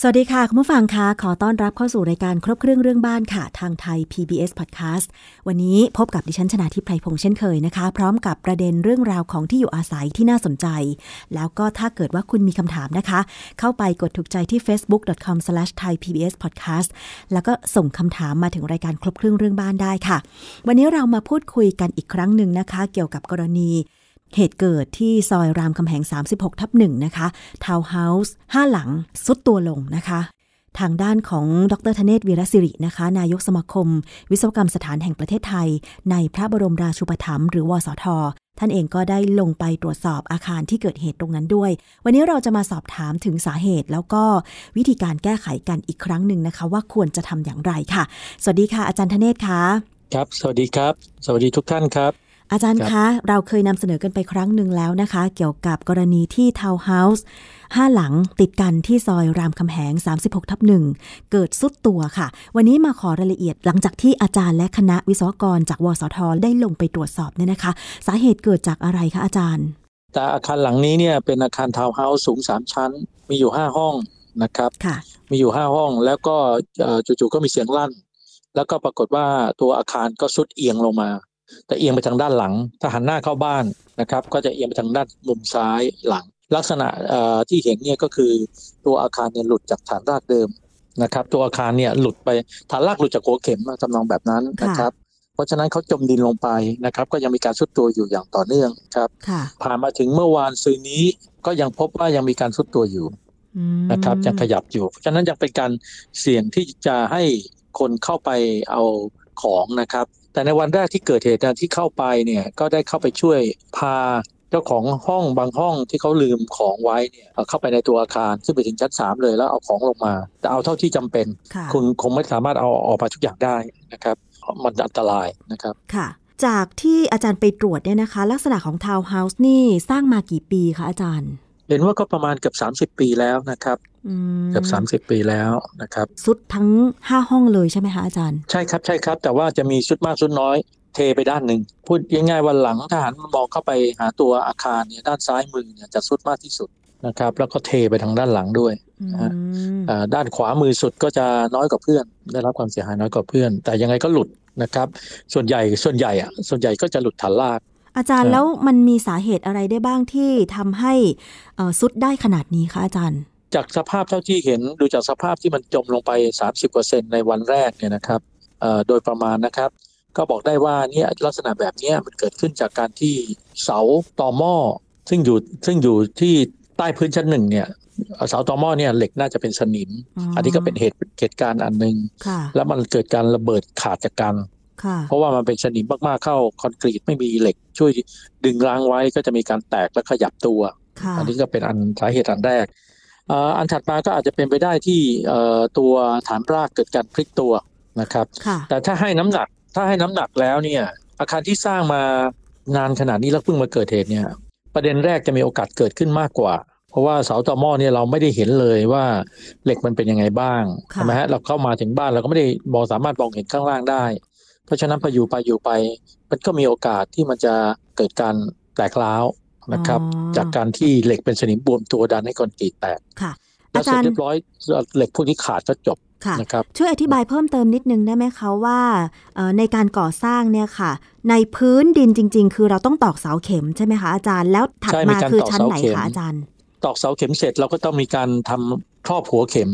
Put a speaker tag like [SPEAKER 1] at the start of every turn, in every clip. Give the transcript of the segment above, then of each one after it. [SPEAKER 1] สวัสดีค่ะ คุณผู้ฟังคะขอต้อนรับเข้าสู่รายการครบเครื่องเรื่องบ้านค่ะ ทางไทย PBS Podcast วันนี้พบกับดิฉันชนาทิพไพรพงษ์เช่นเคยนะคะ พร้อมกับประเด็นเรื่องราวของที่อยู่อาศัยที่น่าสนใจ แล้วก็ถ้าเกิดว่าคุณมีคำถามนะคะ เข้าไปกดถูกใจที่ facebook.com/thaipbspodcast แล้วก็ส่งคำถามมาถึงรายการครบเครื่องเรื่องบ้านได้ค่ะ วันนี้เรามาพูดคุยกันอีกครั้งหนึ่งนะคะ เกี่ยวกับกรณี เหตุเกิดที่ซอยรามคำแหง 36 ทับหนึ่งนะคะ ทาวน์เฮาส์ห้าหลังสุดตัวลงนะคะ ทางด้านของดรธเนศวีรศิรินะคะ นายกสมาคม วิศวกรรมสถานแห่งประเทศไทย ในพระบรมราชูปถัมภ์หรือวสท ท่านเองก็ได้ลงไปตรวจสอบอาคารที่เกิดเหตุตรงนั้นด้วย วันนี้เราจะมาสอบถามถึงสาเหตุ แล้วก็วิธีการแก้ไขกันอีกครั้งหนึ่งนะคะ ว่าควรจะทำอย่างไรค่ะ สวัสดีค่ะ อาจารย์ธเนศค่ะ
[SPEAKER 2] ครับ สวัสดีครับ สวัสดีทุกท่านครับ
[SPEAKER 1] อาจารย์คะ เราเคยนำเสนอกันไปครั้งหนึ่งแล้วนะคะ เกี่ยวกับกรณีที่ทาวน์เฮาส์ห้าหลังติดกันที่ซอยรามคำแหง 36 ทับหนึ่งเกิดสุดตัวค่ะ วันนี้มาขอรายละเอียดหลังจากที่อาจารย์และคณะวิศวกรจากวสทได้ลงไปตรวจสอบเนี่ยนะคะ สาเหตุเกิดจากอะไรคะอาจารย์
[SPEAKER 2] แต่อาคารหลังนี้เนี่ยเป็นอาคารทาวน์เฮาส์สูง 3 ชั้น มีอยู่ 5 ห้องนะครับ
[SPEAKER 1] ค่ะ
[SPEAKER 2] มีอยู่ 5 ห้อง แล้วก็เอ่อจู่ๆก็มีเสียงลั่น แล้วก็ปรากฏว่าตัวอาคารก็สุดเอียงลงมา แต่เอียงไปทางด้านหลัง ถ้าหันหน้าเข้าบ้านนะครับ ก็จะเอียงไปทางด้านมุมซ้ายหลัง ลักษณะเอ่อที่เห็นเนี่ยก็คือตัวอาคารเนี่ยหลุดจากฐานรากเดิมนะครับ ตัวอาคารเนี่ยหลุดไปฐานรากหลุดจากหัวเข็มอะทำนองแบบนั้นนะครับ เพราะฉะนั้นเขาจมดินลงไปนะครับ ก็ยังมีการสุดตัวอยู่อย่างต่อเนื่องครับ
[SPEAKER 1] ค่ะ
[SPEAKER 2] ผ่านมาถึงเมื่อวานซืนนี้ก็ยังพบว่ายังมีการทรุดตัวอยู่
[SPEAKER 1] อืม
[SPEAKER 2] นะครับยังขยับอยู่ เพราะฉะนั้นยังเป็นการเสี่ยงที่จะให้คนเข้าไปเอาของนะครับ แต่ในวันแรกที่เกิดเหตุการณ์ที่เข้าไปเนี่ยก็ได้เข้าไปช่วยพาเจ้าของห้องบางห้องที่เขาลืมของไว้เนี่ยเข้าไปในตัวอาคารซึ่งไปถึงชั้นสามเลยแล้วเอาของลงมา แต่เอาเท่าที่จำเป็น
[SPEAKER 1] ค่ะ
[SPEAKER 2] คุณคงไม่สามารถเอาออกมาทุกอย่างได้นะครับเพราะมันอันตรายนะครับ
[SPEAKER 1] ค่ะ จากที่อาจารย์ไปตรวจเนี่ยนะคะ ลักษณะของทาวน์เฮาส์นี่สร้างมากี่ปีคะอาจารย์
[SPEAKER 2] เห็นว่าก็ประมาณเกือบ30 ปีแล้วนะครับ
[SPEAKER 1] ม
[SPEAKER 2] เกือบ30 ปีแล้วนะครับ
[SPEAKER 1] สุดทั้งห้าห้องเลยใช่ไหมคะอาจารย์
[SPEAKER 2] ใช่ครับใช่ครับ แต่ว่าจะมีชุดมากชุดน้อยเทไปด้านหนึ่ง พูดง่ายๆว่าหลังทหารมองเข้าไปหาตัวอาคารเนี่ยด้านซ้ายมือเนี่ยจะสุดมากที่สุดนะครับ แล้วก็เทไปทางด้านหลังด้วย
[SPEAKER 1] อื
[SPEAKER 2] นะฮะ
[SPEAKER 1] ม
[SPEAKER 2] อ่าด้านขวามือสุดก็จะน้อยกว่าเพื่อน ได้รับความเสียหายน้อยกว่าเพื่อน แต่ยังไงก็หลุดนะครับ ส่วนใหญ่ส่วนใหญ่อะส่วนใหญ่ก็จะหลุดฐานลาก
[SPEAKER 1] อาจารย์
[SPEAKER 2] ครับ
[SPEAKER 1] แล้วมันมีสาเหตุอะไรได้บ้างที่ทำให้เอ่อซุดได้ขนาดนี้คะอาจารย์
[SPEAKER 2] จากสภาพเท่าที่เห็นดูจากสภาพที่มันจมลงไป 30%ในวันแรกเนี่ยนะครับเอ่อโดยประมาณนะครับ ก็บอกได้ว่าเนี่ยลักษณะแบบเนี้ยมันเกิดขึ้นจากการที่เสาต่อหม้อซึ่งอยู่ซึ่งอยู่ที่ใต้พื้นชั้นหนึ่งเนี่ยเสาต่อหม้อเนี่ยเหล็กน่าจะเป็นสนิม
[SPEAKER 1] อ๋ออั
[SPEAKER 2] อันนี้ก็เป็นเหตุเหตุการณ์อันหนึ่ง
[SPEAKER 1] ค่ะ
[SPEAKER 2] แล้วมันเกิดการระเบิดขาดจากกัน
[SPEAKER 1] ค่ะ
[SPEAKER 2] เพราะว่ามันเป็นสนิมมากๆเข้าคอนกรีตไม่มีเหล็ก ช่วยดึงรั้งไว้ก็จะมีการแตกและขยับตัว
[SPEAKER 1] ค่ะ
[SPEAKER 2] อันนี้ก็เป็นอันสาเหตุอันแรกเอ่ออันถัดมาก็อาจจะเป็นไปได้ที่เอ่อตัวฐานรากเกิดการพลิกตัวนะครับ
[SPEAKER 1] ค่ะ
[SPEAKER 2] แต่ถ้าให้น้ำหนักถ้าให้น้ำหนักแล้วเนี่ยอาคารที่สร้างมานานขนาดนี้แล้วเพิ่งมาเกิดเหตุเนี่ยประเด็นแรกจะมีโอกาสเกิดขึ้นมากกว่า เพราะว่าเสาต่อหม้อเนี่ยเราไม่ได้เห็นเลยว่าเหล็กมันเป็นยังไงบ้าง
[SPEAKER 1] ค่ะ
[SPEAKER 2] ใช่ไหมฮะเราเข้ามาถึงบ้านเราก็ไม่ได้มองสามารถมองเห็นข้างล่างได้ เพราะฉะนั้นพออยู่ไปอยู่ไป มันก็มีโอกาสที่มันจะเกิดการแตกร้าวนะครับ
[SPEAKER 1] อ๋อ
[SPEAKER 2] จากการที่เหล็กเป็นสนิมบวมตัวดันให้คอนกรีตแตก
[SPEAKER 1] ค่ะ
[SPEAKER 2] แล้ว
[SPEAKER 1] อา
[SPEAKER 2] เสร็
[SPEAKER 1] จา
[SPEAKER 2] จ
[SPEAKER 1] รย์
[SPEAKER 2] เรียบร้อยเหล็กพวกนี้ขาดก็จบ
[SPEAKER 1] ค่ะ
[SPEAKER 2] นะครับ
[SPEAKER 1] ช่วยอธิบายเพิ่มเติมนิดนึงได้ไหมคะว่าเอ่อในการก่อสร้างเนี่ยค่ะ ในพื้นดินจริง ๆ คือเราต้องตอกเสาเข็มใช่ไหมคะอาจารย์แล้วถัด
[SPEAKER 2] ใช่มี
[SPEAKER 1] มา
[SPEAKER 2] การ
[SPEAKER 1] คือ
[SPEAKER 2] ตอก
[SPEAKER 1] ชั้น
[SPEAKER 2] เสา
[SPEAKER 1] ไหน
[SPEAKER 2] เข็ม
[SPEAKER 1] คะอาจารย์
[SPEAKER 2] ตอกเสาเข็มเสร็จเราก็ต้องมีการทำครอบหัวเข็ม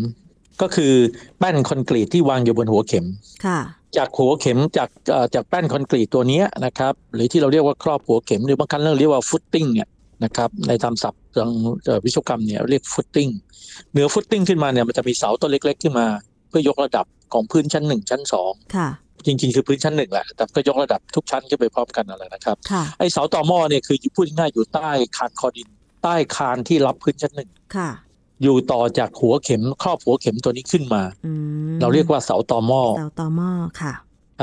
[SPEAKER 2] ก็คือแป้นคอนกรีตที่วางอยู่บนหัวเข็ม
[SPEAKER 1] ค่ะ
[SPEAKER 2] จากหัวเข็มจากเอ่อจากแป้นคอนกรีตตัวเนี้ยนะครับหรือที่เราเรียกว่าครอบหัวเข็มหรือบางครั้งเราเรียกว่าฟุตติ้งเนี่ยนะครับในตามศัพท์ทางเอ่อวิศวกรรมเนี่ยเรียกฟุตติ้งเหนือฟุตติ้งขึ้นมาเนี่ยมันจะมีเสาต้นเล็ก ๆ ขึ้นมา เพื่อยกระดับของพื้นชั้นหนึ่งชั้นสอง
[SPEAKER 1] ค่ะ
[SPEAKER 2] จริงๆ คือพื้นชั้นหนึ่งแหละแต่ก็ยกระดับทุกชั้นขึ้นไปพร้อมกันนั่นแหละนะครับ
[SPEAKER 1] ค่ะ
[SPEAKER 2] ไอ้เสาต่อหม้อเนี่ยคือพูดง่ายๆอยู่ใต้คานคอดิน ใต้คานที่รับพื้นชั้นหนึ่ง
[SPEAKER 1] ค่ะ
[SPEAKER 2] อยู่ต่อจากหัวเข็มครอบหัวเข็มตัวนี้ขึ้นมา
[SPEAKER 1] อืม
[SPEAKER 2] เราเรียกว่าเสาตอหม้อ
[SPEAKER 1] เสาต่อหม้อค่ะ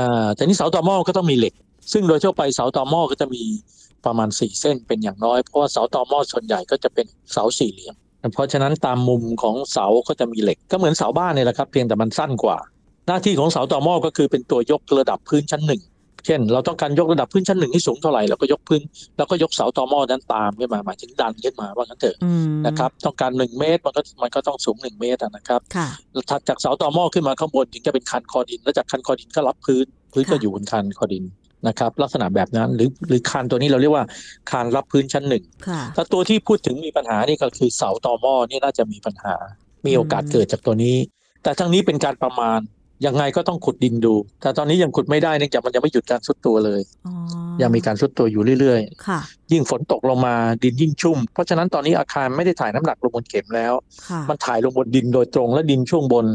[SPEAKER 2] อ่าแต่นี่เสาตอหม้อก็ต้องมีเหล็ก ซึ่งโดยทั่วไปเสาตอหม้อก็จะมีประมาณ 4 เส้นเป็นอย่างน้อย เพราะว่าเสาตอหม้อส่วนใหญ่ก็จะเป็นเสาสี่เหลี่ยม เพราะฉะนั้นตามมุมของเสาก็จะมีเหล็ก ก็เหมือนเสาบ้านเนี่ยแหละครับ เพียงแต่มันสั้นกว่า หน้าที่ของเสาต่อหม้อก็คือเป็นตัวยกระดับพื้นชั้นหนึ่ง เช่น เราต้องการยกระดับพื้นชั้นหนึ่งให้สูงเท่าไหร่เราก็ยกพื้นเราก็ยกเสาต่อหม้อนั้นตามขึ้นมาหมายถึงดันขึ้นมาว่างั้นเถอะ
[SPEAKER 1] อืม
[SPEAKER 2] นะครับ ต้องการหนึ่งเมตรมันก็มันก็ต้องสูงหนึ่งเมตรอะนะครับ
[SPEAKER 1] ค่ะ
[SPEAKER 2] ถัดจากเสาต่อหม้อขึ้นมาข้างบนถึงจะเป็นคันคอดิน แล้วจากคันคอดินก็รับพื้น พื้นก็
[SPEAKER 1] ค่ะ
[SPEAKER 2] อยู่บนคันคอดินนะครับ ลักษณะแบบนั้นหรือหรือคานตัวนี้เราเรียกว่าคานรับพื้นชั้นหนึ่ง
[SPEAKER 1] ค่ะ
[SPEAKER 2] ถ้าตัวที่พูดถึงมีปัญหานี่ก็คือเสาต่อหม้อนี่น่าจะมีปัญหา มีโอกาส
[SPEAKER 1] อืม
[SPEAKER 2] เกิดจากตัวนี้ แต่ทั้งนี้เป็นการประมาณยังไงก็ต้องขุดดินดู แต่ตอนนี้ยังขุดไม่ได้เนื่องจากมันยังไม่หยุดการซุดตัวเลย
[SPEAKER 1] อ๋อ
[SPEAKER 2] ยังมีการซุดตัวอยู่เรื่อยๆ
[SPEAKER 1] ค่ะ
[SPEAKER 2] ยิ่งฝนตกลงมาดินยิ่งชุ่ม เพราะฉะนั้นตอนนี้อาคารไม่ได้ถ่ายน้ำหนักลงบนเข็มแล้ว
[SPEAKER 1] ค่ะ
[SPEAKER 2] มันถ่ายลงบนดินโดยตรงและดินช่วงบน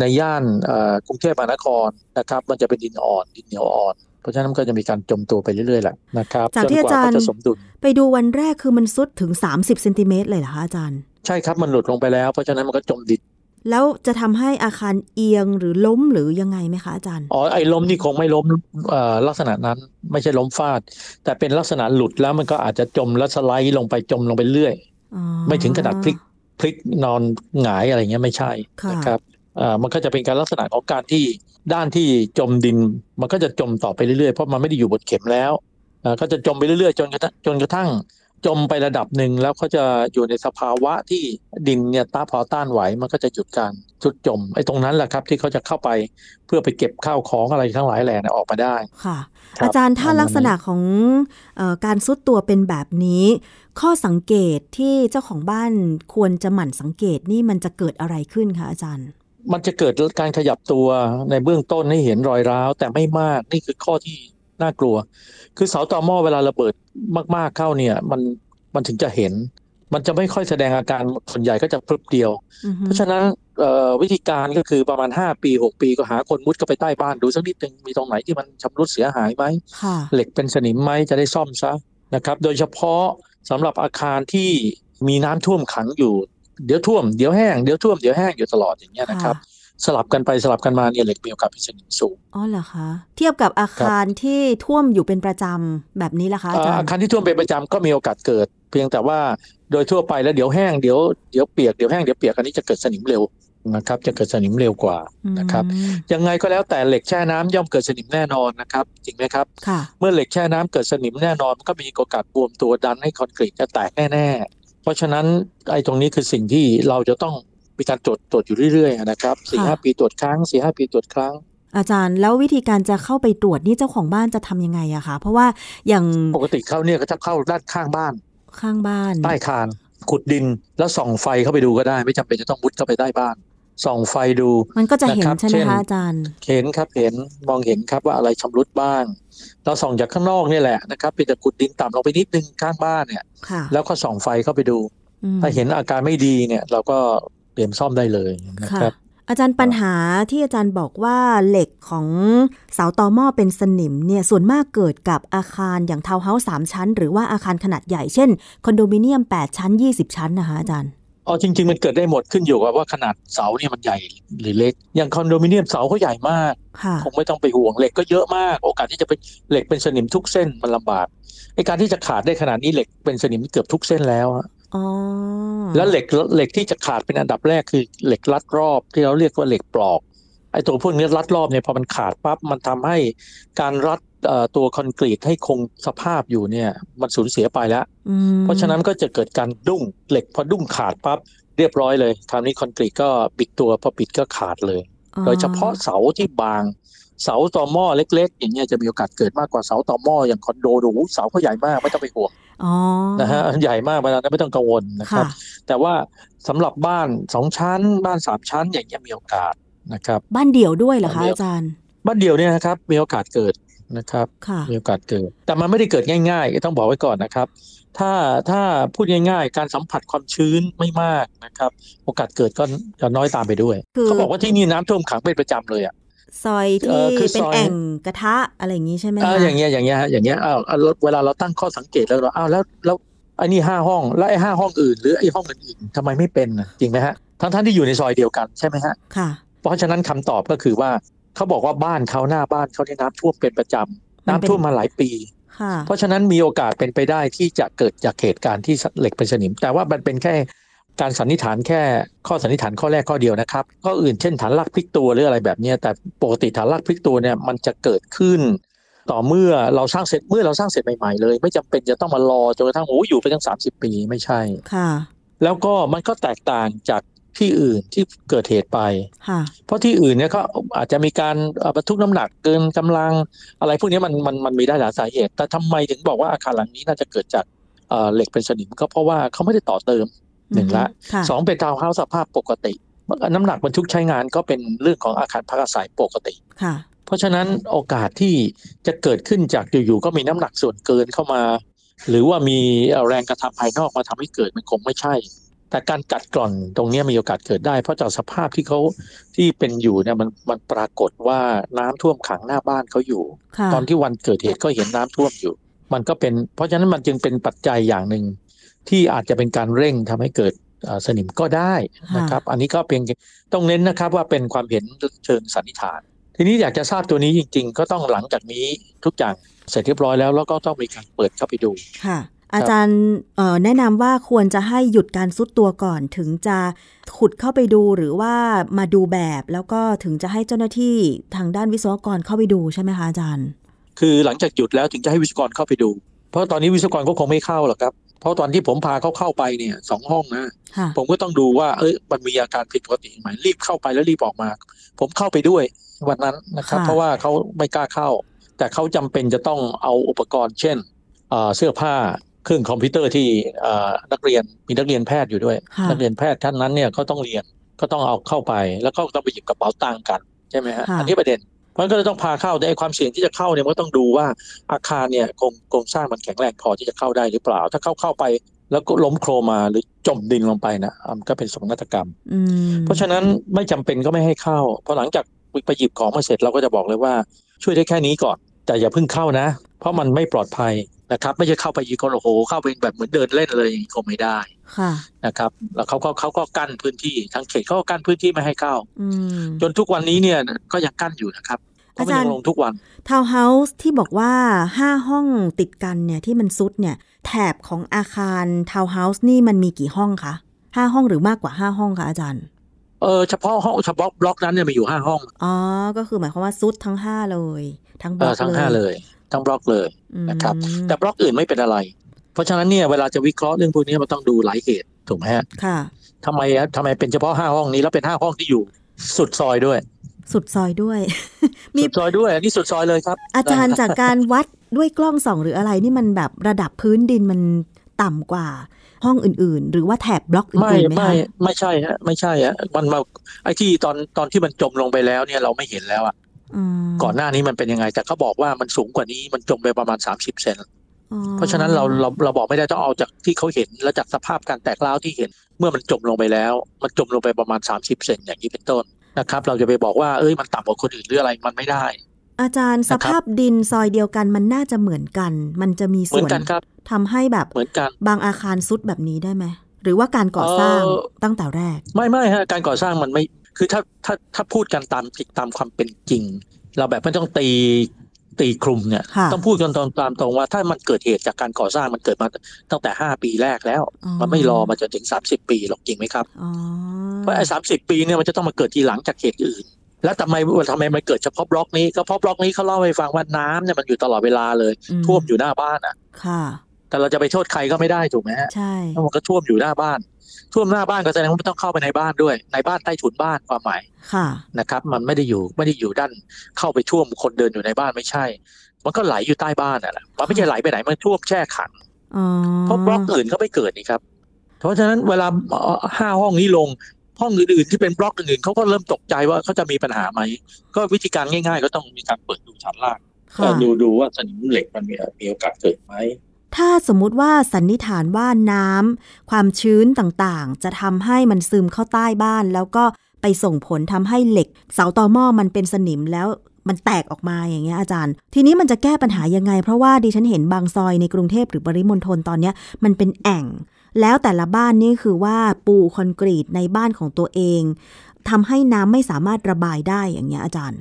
[SPEAKER 2] ในย่านเอ่อกรุงเทพมหานครนะครับมันจะเป็นดินอ่อนดินเหนียวอ่อน เพราะฉะนั้นมันก็จะมีการจมตัวไปเรื่อยๆแหละนะครับ
[SPEAKER 1] จากที่อาจาร
[SPEAKER 2] นกว่
[SPEAKER 1] ย์
[SPEAKER 2] เขสมดุล
[SPEAKER 1] ไปดูวันแรกคือมันซุดถึง 30เซนติเมตรเลยเหรอคะอาจารย์
[SPEAKER 2] ใช่ครับมันหลุดลงไปแล้วเพราะฉะนั้นมันก็จมดิน
[SPEAKER 1] แล้วจะทำให้อาคารเอียงหรือล้มหรือยังไงไหมคะอาจารย์
[SPEAKER 2] อ๋อไอ้ล้มนี่คงไม่ล้มเอ่อลักษณะนั้นไม่ใช่ล้มฟาด แต่เป็นลักษณะหลุดแล้วมันก็อาจจะจมและสไลด์ลงไปจมลงไปเรื่อย
[SPEAKER 1] อ๋อ
[SPEAKER 2] ไม่ถึงขนาดพลิก พลิกนอนหงายอะไรเงี้ยไม่ใช่
[SPEAKER 1] ค่ะ
[SPEAKER 2] นะครับเอ่อมันก็จะเป็นการลักษณะของการที่ด้านที่จมดิน มันก็จะจมต่อไปเรื่อยๆ เพราะมันไม่ได้อยู่บนเข็มแล้วเอ่อก็จะจมไปเรื่อยๆ จนกระทั่งจนกระทั่งจมไประดับหนึ่งแล้วก็จะอยู่ในสภาวะที่ดินเนี่ยต้านพอต้านไหวมันก็จะหยุดการชุดจมไอ้ตรงนั้นแหละครับที่เขาจะเข้าไปเพื่อไปเก็บข้าวของอะไรทั้งหลายแหล่นะออกมาได้
[SPEAKER 1] ค่ะ
[SPEAKER 2] ครับ
[SPEAKER 1] อาจารย์ถ้า
[SPEAKER 2] ประมาณนั้น
[SPEAKER 1] ลักษณะของเออการซุดตัวเป็นแบบนี้ ข้อสังเกตที่เจ้าของบ้านควรจะหมั่นสังเกตนี่มันจะเกิดอะไรขึ้นคะอาจารย์
[SPEAKER 2] มันจะเกิดการขยับตัวในเบื้องต้นให้เห็นรอยร้าว แต่ไม่มากนี่คือข้อที่น่ากลัว คือเสาต่อหม้อเวลาระเบิดมาก ๆเข้าเนี่ย มันมันถึงจะเห็น มันจะไม่ค่อยแสดงอาการส่วนใหญ่ก็จะพรึบเดียว
[SPEAKER 1] อือฮึ
[SPEAKER 2] เพราะฉะนั้นเอ่อวิธีการก็คือประมาณ 5 ปี 6 ปีก็หาคนมุดเข้าไปใต้บ้านดูสักนิดหนึ่งมีตรงไหนที่มันชำรุดเสียหายไหม
[SPEAKER 1] ค่ะ
[SPEAKER 2] เหล็กเป็นสนิมไหมจะได้ซ่อมซะนะครับ โดยเฉพาะสำหรับอาคารที่มีน้ำท่วมขังอยู่ เดี๋ยวท่วมเดี๋ยวแห้งเดี๋ยวท่วมเดี๋ยวแห้งอยู่ตลอดอย่างเงี้ยนะครับ
[SPEAKER 1] ค่ะ
[SPEAKER 2] สลับกันไปสลับกันมาเนี่ยเหล็กมีโอกาสเป็นสนิมสูง
[SPEAKER 1] อ๋อเหรอคะ เทียบกับอาคารที่ท่วมอยู่เป็นประจำแบบนี้ล่ะคะอาจา
[SPEAKER 2] เอ่อ
[SPEAKER 1] ร
[SPEAKER 2] อา
[SPEAKER 1] ย์
[SPEAKER 2] คารที่ท่วมเป็นประจำก็มีโอกาสเกิด เพียงแต่ว่าโดยทั่วไปแล้วเดี๋ยวแห้งเดี๋ยวเดี๋ยวเปียกเดี๋ยวแห้งเดี๋ยวเปียกอันนี้จะเกิดสนิมเร็วนะครับ จะเกิดสนิมเร็วกว่านะครับ
[SPEAKER 1] อืม
[SPEAKER 2] ยังไงก็แล้วแต่เหล็กแช่น้ำย่อมเกิดสนิมแน่นอนนะครับจริงไหมครับ
[SPEAKER 1] ค่ะ
[SPEAKER 2] เมื่อเหล็กแช่น้ำเกิดสนิมแน่นอนมันก็มีโอกาสบวมตัวดันให้คอนกรีตจะแตกแน่ๆ เพราะฉะนั้นไอ้ตรงนี้คือสิ่งที่เราจะต้องมีการตรวจตรวจอยู่เรื่อยๆนะครับสี่ห้า
[SPEAKER 1] ค่ะ
[SPEAKER 2] ปีตรวจครั้งสี่ห้าปีตรวจครั้ง
[SPEAKER 1] อาจารย์แล้ววิธีการจะเข้าไปตรวจนี่เจ้าของบ้านจะทำยังไงอะคะเพราะว่าอย่าง
[SPEAKER 2] ปกติเขาเนี่ยก็จะเข้าด้านข้างบ้าน
[SPEAKER 1] ข้างบ้าน
[SPEAKER 2] ใต้คานขุดดินแล้วส่องไฟเข้าไปดูก็ได้ ไม่จำเป็นจะต้องมุดเข้าไปใต้บ้านส่องไฟดู
[SPEAKER 1] มันก็จะเห็น
[SPEAKER 2] นะครับ
[SPEAKER 1] ใช่ไหม
[SPEAKER 2] เช่น
[SPEAKER 1] คะอาจารย์
[SPEAKER 2] เห็นครับเห็นมองเห็นครับว่าอะไรชำรุดบ้าง เราส่องจากข้างนอกเนี่ยแหละนะครับเป็นแต่ขุดดินต่ำลงไปนิดนึงข้างบ้านเนี่ย
[SPEAKER 1] ค่ะ
[SPEAKER 2] แล้วก็ส่องไฟเข้าไปดู
[SPEAKER 1] อืม
[SPEAKER 2] ถ้าเห็นอาการไม่ดีเนี่ยเราก็เตรียมซ่อมได้เลยนะ
[SPEAKER 1] ค่ะ
[SPEAKER 2] ครับ
[SPEAKER 1] อาจารย์ปัญหาที่อาจารย์บอกว่าเหล็กของเสาตอหม้อเป็นสนิมเนี่ยส่วนมากเกิดกับอาคารอย่างทาวน์เฮาส์สามชั้น หรือว่าอาคารขนาดใหญ่เช่น คอนโดมิเนียม 8 ชั้น 20 ชั้นนะคะอาจารย์
[SPEAKER 2] อ๋อจริง ๆ มันเกิดได้หมดขึ้นอยู่กับว่าขนาดเสาเนี่ยมันใหญ่หรือเล็ก อย่างคอนโดมิเนียมเสาเขาใหญ่มาก
[SPEAKER 1] ค่ะ
[SPEAKER 2] คงไม่ต้องไปห่วงเหล็กก็เยอะมาก โอกาสที่จะเป็นเหล็กเป็นสนิมทุกเส้นมันลำบากไอการที่จะขาดได้ขนาดนี้เหล็กเป็นสนิมเกือบทุกเส้นแล้วอะ
[SPEAKER 1] อ๋อ
[SPEAKER 2] แล้วเหล็กเหล็กที่จะขาดเป็นอันดับแรกคือเหล็กรัดรอบที่เราเรียกว่าเหล็กปลอกไอตัวพวกนี้รัดรอบเนี่ยพอมันขาดปั๊บมันทำให้การรัดเอ่อตัวคอนกรีตให้คงสภาพอยู่เนี่ยมันสูญเสียไปแล้ว
[SPEAKER 1] อืม
[SPEAKER 2] เพราะฉะนั้นก็จะเกิดการดุ้งเหล็กพอดุ้งขาดปั๊บเรียบร้อยเลยคราวนี้คอนกรีตก็ปิดตัวพอปิดก็ขาดเลย
[SPEAKER 1] อ๋อ
[SPEAKER 2] โดยเฉพาะเสาที่บาง เสาต่อหม้อเล็ก ๆ อย่างเงี้ยจะมีโอกาสเกิดมากกว่าเสาต่อหม้ออย่างคอนโดหรูเสาเขาใหญ่มากไม่ต้องไปห่วง
[SPEAKER 1] อ๋อ
[SPEAKER 2] นะฮะใหญ่มากเวลานั้นไม่ต้องกังวลนะครับ
[SPEAKER 1] ค่ะ
[SPEAKER 2] แต่ว่าสำหรับบ้านสองชั้น บ้านสามชั้นอย่างเงี้ยมีโอกาสนะครับ
[SPEAKER 1] บ้านเดี่ยวด้วยเหรอคะ
[SPEAKER 2] บ้านเดี่ยว
[SPEAKER 1] อาจารย์
[SPEAKER 2] บ้านเดียวเนี่ยนะครับมีโอกาสเกิดนะครับ
[SPEAKER 1] ค่ะ
[SPEAKER 2] มีโอกาสเกิด แต่มันไม่ได้เกิดง่ายๆ ต้องบอกไว้ก่อนนะครับ ถ้าถ้าพูดง่ายๆ การสัมผัสความชื้นไม่มากนะครับ โอกาสเกิดก็ก็น้อยตามไปด้วย
[SPEAKER 1] คือ
[SPEAKER 2] เขาบอกว่าที่นี่น้ำท่วมขังเป็นประจำเลยอ่ะ
[SPEAKER 1] ซอย
[SPEAKER 2] เอ่
[SPEAKER 1] ที่
[SPEAKER 2] อคือ
[SPEAKER 1] เป็น
[SPEAKER 2] ซอย
[SPEAKER 1] แอ่งกระทะอะไรอย่างนี้ใช่ไหม
[SPEAKER 2] เออ
[SPEAKER 1] คะ
[SPEAKER 2] อย่างเงี้ยอย่างเงี้ยฮะอย่างเงี้ยอ้าวเอาแล้วเวลาเราตั้งข้อสังเกตแล้วเราอ้าวแล้วแล้วไอ้นี่ห้าห้องแล้วไอ้ห้าห้องอื่น หรือไอ้ห้องอื่นๆทำไมไม่เป็นน่ะจริงไหมฮะทั้งๆที่อยู่ในซอยเดียวกันใช่ไหมฮะ
[SPEAKER 1] ค่ะ
[SPEAKER 2] เพราะฉะนั้นคำตอบก็คือว่าเขาบอกว่าบ้านเขาหน้าบ้านเขาเนี่ยน้ำท่วมเป็นประจำ
[SPEAKER 1] มัน
[SPEAKER 2] น้ำ
[SPEAKER 1] เป็น
[SPEAKER 2] ท่วมมาหลายปี
[SPEAKER 1] ค่ะ
[SPEAKER 2] เพราะฉะนั้นมีโอกาสเป็นไปได้ที่จะเกิดจากเหตุการณ์ที่เหล็กเป็นสนิม แต่ว่ามันเป็นแค่ การสันนิษฐานแค่ข้อสันนิษฐานข้อแรกข้อเดียวนะครับข้ออื่นเช่นฐานรากพลิกตัวหรืออะไรแบบเนี้ยแต่ปกติฐานรากพลิกตัวเนี่ยมันจะเกิดขึ้น ต่อเมื่อเราสร้างเสร็จเมื่อเราสร้างเสร็จใหม่ๆเลย ไม่จำเป็นจะต้องมารอจนกระทั่งโอ้อยู่ไปตั้ง 30 ปีไม่ใช่
[SPEAKER 1] ค่ะ
[SPEAKER 2] แล้วก็มันก็แตกต่างจากที่อื่นที่เกิดเหตุไป
[SPEAKER 1] ค่ะ
[SPEAKER 2] เพราะที่อื่นเนี่ยก็อาจจะมีการเอ่อบรรทุกน้ำหนักเกินกำลังอะไรพวกนี้มันมันมันมีได้หลายสาเหตุ แต่ทำไมถึงบอกว่าอาคารหลังนี้น่าจะเกิดจากเอ่อเหล็กเป็นสนิมก็เพราะว่าเขาไม่ได้ต่อเติม หนึ่งละ
[SPEAKER 1] ค่ะ
[SPEAKER 2] สองเป็นทาวน์เฮาส์สภาพปกติน้ำหนักบรรทุกใช้งานก็เป็นเรื่องของอาคารพักอาศัยปกติ
[SPEAKER 1] ค่ะ
[SPEAKER 2] เพราะฉะนั้นโอกาสที่จะเกิดขึ้นจากอยู่ๆก็มีน้ำหนักส่วนเกินเข้ามา หรือว่ามีแรงกระทำภายนอกมาทำให้เกิดมันคงไม่ใช่ แต่การกัดกร่อนตรงเนี้ยมีโอกาสเกิดได้ เพราะจากสภาพที่เขาที่เป็นอยู่เนี่ยมันมันปรากฏว่าน้ำท่วมขังหน้าบ้านเขาอยู่
[SPEAKER 1] ค่ะ
[SPEAKER 2] ตอนที่วันเกิดเหตุก็เห็นน้ำท่วมอยู่ มันก็เป็นเพราะฉะนั้นมันจึงเป็นปัจจัยอย่างหนึ่ง ที่อาจจะเป็นการเร่งทำให้เกิดเอ่อสนิมก็ได้นะครับ อันนี้ก็เพียงต้องเน้นนะครับว่าเป็นความเห็นเชิงสันนิษฐาน ทีนี้อยากจะทราบตัวนี้จริง ๆ ก็ต้องหลังจากนี้ทุกอย่างเสร็จเรียบร้อยแล้ว แล้วก็ต้องมีการเปิดเข้าไปดู
[SPEAKER 1] ค่ะ อาจารย์เอ่อแนะนำว่าควรจะให้หยุดการซุดตัวก่อนถึงจะขุดเข้าไปดูหรือว่ามาดูแบบ แล้วก็ถึงจะให้เจ้าหน้าที่ทางด้านวิศวกรเข้าไปดูใช่ไหมคะอาจารย์
[SPEAKER 2] คือหลังจากหยุดแล้วถึงจะให้วิศวกรเข้าไปดู เพราะตอนนี้วิศวกรก็คงไม่เข้าหรอกครับ เพราะตอนที่ผมพาเขาเข้าไปเนี่ยสองห้องนะ
[SPEAKER 1] ค่ะ
[SPEAKER 2] ผมก็ต้องดูว่า เอ้ย มันมีอาการผิดปกติไหมรีบเข้าไปแล้วรีบออกมา ผมเข้าไปด้วยวันนั้นนะครับ
[SPEAKER 1] ค่ะ
[SPEAKER 2] เพราะว่าเขาไม่กล้าเข้า แต่เขาจำเป็นจะต้องเอาอุปกรณ์ เช่นเอ่อเสื้อผ้า เครื่องคอมพิวเตอร์ที่เอ่อนักเรียน มีนักเรียนแพทย์อยู่ด้วย
[SPEAKER 1] ค่ะ
[SPEAKER 2] นักเรียนแพทย์ท่านนั้นเนี่ยเขาต้องเรียน ก็ต้องเอาเข้าไป แล้วก็ต้องไปหยิบกระเป๋าตังค์กันใช่ไหมฮะ
[SPEAKER 1] ค่ะ
[SPEAKER 2] อันนี้ประเด็น เพราะฉะนั้นก็เลยต้องพาเข้าแต่ไอ้ความเสี่ยงที่จะเข้าเนี่ยมันก็ต้องดูว่าอาคารเนี่ยโครงโครงสร้างมันแข็งแรงพอที่จะเข้าได้หรือเปล่า ถ้าเข้าเข้าไปแล้วก็ล้มโครมมาหรือจมดินลงไปนะอ่ะมันก็เป็นสงนาฏกรรม
[SPEAKER 1] อืม
[SPEAKER 2] เพราะฉะนั้นไม่จำเป็นก็ไม่ให้เข้าเพอหลังจากไปหยิบของมาเสร็จเราก็จะบอกเลยว่าช่วยได้แค่นี้ก่อน แต่อย่าเพิ่งเข้านะ เพราะมันไม่ปลอดภัยนะครับ ไม่ใช่เข้าไปยีกอนโอ้โหเข้าไปแบบเหมือนเดินเล่นเลยคงไม่ได้
[SPEAKER 1] ค่ะ
[SPEAKER 2] นะครับแล้วเขาก็เขาก็กั้นพื้นที่ทางเขตเขาก็กั้นพื้นที่ไม่ให้เข้า
[SPEAKER 1] อืม
[SPEAKER 2] จนทุกวันนี้เนี่ยก็ยังกั้นอยู่นะครับก็
[SPEAKER 1] อาจารย์
[SPEAKER 2] ยังลงทุกวัน
[SPEAKER 1] ทาวน์เฮาส์ที่บอกว่า 5 ห้องติดกันเนี่ยที่มันซุดเนี่ย แถบของอาคารทาวน์เฮาส์นี่มันมีกี่ห้องคะห้าห้องหรือมากกว่า 5 ห้องคะอาจารย์
[SPEAKER 2] เออเฉพาะห้องเฉพาะบล็อกนั้นเนี่ยมีอยู่ห้าห้อง
[SPEAKER 1] อ๋อ ก็คือหมายความว่าซุดทั้ง 5 เลย ทั้งบ
[SPEAKER 2] เอ
[SPEAKER 1] ล็อ
[SPEAKER 2] อกทั้งห้าเลยทั้งบล็อกเลย นะครับ
[SPEAKER 1] อืม
[SPEAKER 2] แต่บล็อกอื่นไม่เป็นอะไร เพราะฉะนั้นเนี่ยเวลาจะวิเคราะห์เรื่องพวกนี้มันต้องดูหลายเหตุถูกไหมฮะ
[SPEAKER 1] ค่ะ
[SPEAKER 2] ทำไมฮะทำไมเป็นเฉพาะห้าห้องนี้แล้วเป็นห้าห้องที่อยู่สุดซอยด้วย
[SPEAKER 1] สุดซอยด้วย มี
[SPEAKER 2] สุดซอยด้วยอันนี้สุดซอยเลยครับ
[SPEAKER 1] อาจารย์จากการวัดด้วยกล้องส่องหรืออะไรนี่มันแบบระดับพื้นดินมันต่ำกว่า ห้องอื่นๆ หรือว่าแถบบล็อก
[SPEAKER 2] ไม่
[SPEAKER 1] อื่นๆไหม
[SPEAKER 2] ไม่
[SPEAKER 1] คะ
[SPEAKER 2] ไม่ใช่ฮะไม่ใช่ฮะมันมาไอ้ที่ตอนตอนที่มันจมลงไปแล้วเนี่ยเราไม่เห็นแล้วอะ
[SPEAKER 1] ม
[SPEAKER 2] ก่อนหน้านี้มันเป็นยังไง แต่เขาบอกว่ามันสูงกว่านี้มันจมไปประมาณ 30เซน
[SPEAKER 1] อ๋อ
[SPEAKER 2] เพราะฉะนั้นเราเราเราบอกไม่ได้ต้องเอาจากที่เขาเห็นและจากสภาพการแตกร้าวที่เห็น เมื่อมันจมลงไปแล้ว มันจมลงไปประมาณ 30เซนอย่างนี้เป็นต้นนะครับ เราจะไปบอกว่าเอ้ยมันต่ำกว่าคนอื่นหรืออะไรมันไม่ได้
[SPEAKER 1] อาจารย์สภาพดินซอยเดียวกันมันน่าจะเหมือนกัน มันจะมี
[SPEAKER 2] เหมื
[SPEAKER 1] ส่
[SPEAKER 2] อ
[SPEAKER 1] วน น
[SPEAKER 2] กันครับ
[SPEAKER 1] ทำให้แบบ
[SPEAKER 2] เหมือนกัน
[SPEAKER 1] บางอาคารซุดแบบนี้ได้ไหมหรือว่าการก่อสร้าง
[SPEAKER 2] เอ่อ
[SPEAKER 1] ตั้งแต่แรก
[SPEAKER 2] ไม่ไม่ฮะการก่อสร้างมันไม่คือถ้าถ้าถ้าพูดกันตามจริงตามความเป็นจริง เราแบบไม่ต้องตีตีคลุมเนี่ย
[SPEAKER 1] ค่ะ
[SPEAKER 2] ต้องพูดกันตามตามตรงว่า ถ้ามันเกิดเหตุจากการก่อสร้างมันเกิดมาตั้งแต่ 5 ปีแรกแล้ว มันไม่รอมาจนถึง 30 ปีหรอกจริงไหมครับ
[SPEAKER 1] อ๋อ
[SPEAKER 2] เพราะไอ้สามสิบปีเนี่ยมันจะต้องมาเกิดทีหลังจากเขตอื่น แล้วทำไมทำไมมันเกิดเฉพาะบล็อกนี้ก็เพราะบล็อกนี้เขาเล่าให้ฟังว่าน้ำเนี่ยมันอยู่ตลอดเวลาเลย
[SPEAKER 1] ม
[SPEAKER 2] ท่วมอยู่หน้าบ้านอ่ะ
[SPEAKER 1] ค่ะ
[SPEAKER 2] แต่เราจะไปโทษใครก็ไม่ได้ถูกไหมฮะ
[SPEAKER 1] ใช่
[SPEAKER 2] เพราะมันก็ท่วมอยู่หน้าบ้าน ท่วมหน้าบ้านก็แสดงว่ามันต้องเข้าไปในบ้านด้วย ในบ้านใต้ถุนบ้านความหมาย
[SPEAKER 1] ค่ะ
[SPEAKER 2] นะครับ มันไม่ได้อยู่ไม่ได้อยู่ด้านเข้าไปท่วมคนเดินอยู่ในบ้านไม่ใช่ มันก็ไหลอยู่ใต้บ้านน่ะแหละมันไม่ใช่ไหลไปไหนมันท่วมแช่ขัง
[SPEAKER 1] อ๋อ
[SPEAKER 2] เพราะบล็อกอื่นเขาไม่เกิดนี่ครับ เพราะฉะนั้นเวลาเอ่อห้าห้องนี้ลง ห้องอื่นๆที่เป็นบล็อกอื่นๆเขาก็เริ่มตกใจว่าเขาจะมีปัญหาไหม ก็วิธีการง่ายๆ ก็ต้องมีการเปิดดูชั้นล่าง
[SPEAKER 1] ค่ะ
[SPEAKER 2] ดูดูว่าสนิมเหล็กมันมีมีโอกาสเกิดไหม
[SPEAKER 1] ถ้าสมมุติว่าสันนิษฐานว่าน้ำความชื้นต่างๆ จะทำให้มันซึมเข้าใต้บ้าน แล้วก็ไปส่งผลทำให้เหล็ก เสาตอหม้อมันเป็นสนิมแล้วมันแตกออกมาอย่างเงี้ยอาจารย์ ทีนี้มันจะแก้ปัญหายังไง เพราะว่าดิฉันเห็นบางซอยในกรุงเทพหรือปริมณฑลตอนเนี้ยมันเป็นแอ่ง แล้วแต่ละบ้านนี่คือว่าปูคอนกรีตในบ้านของตัวเองทำให้น้ำไม่สามารถระบายได้อย่างเงี้ยอาจารย์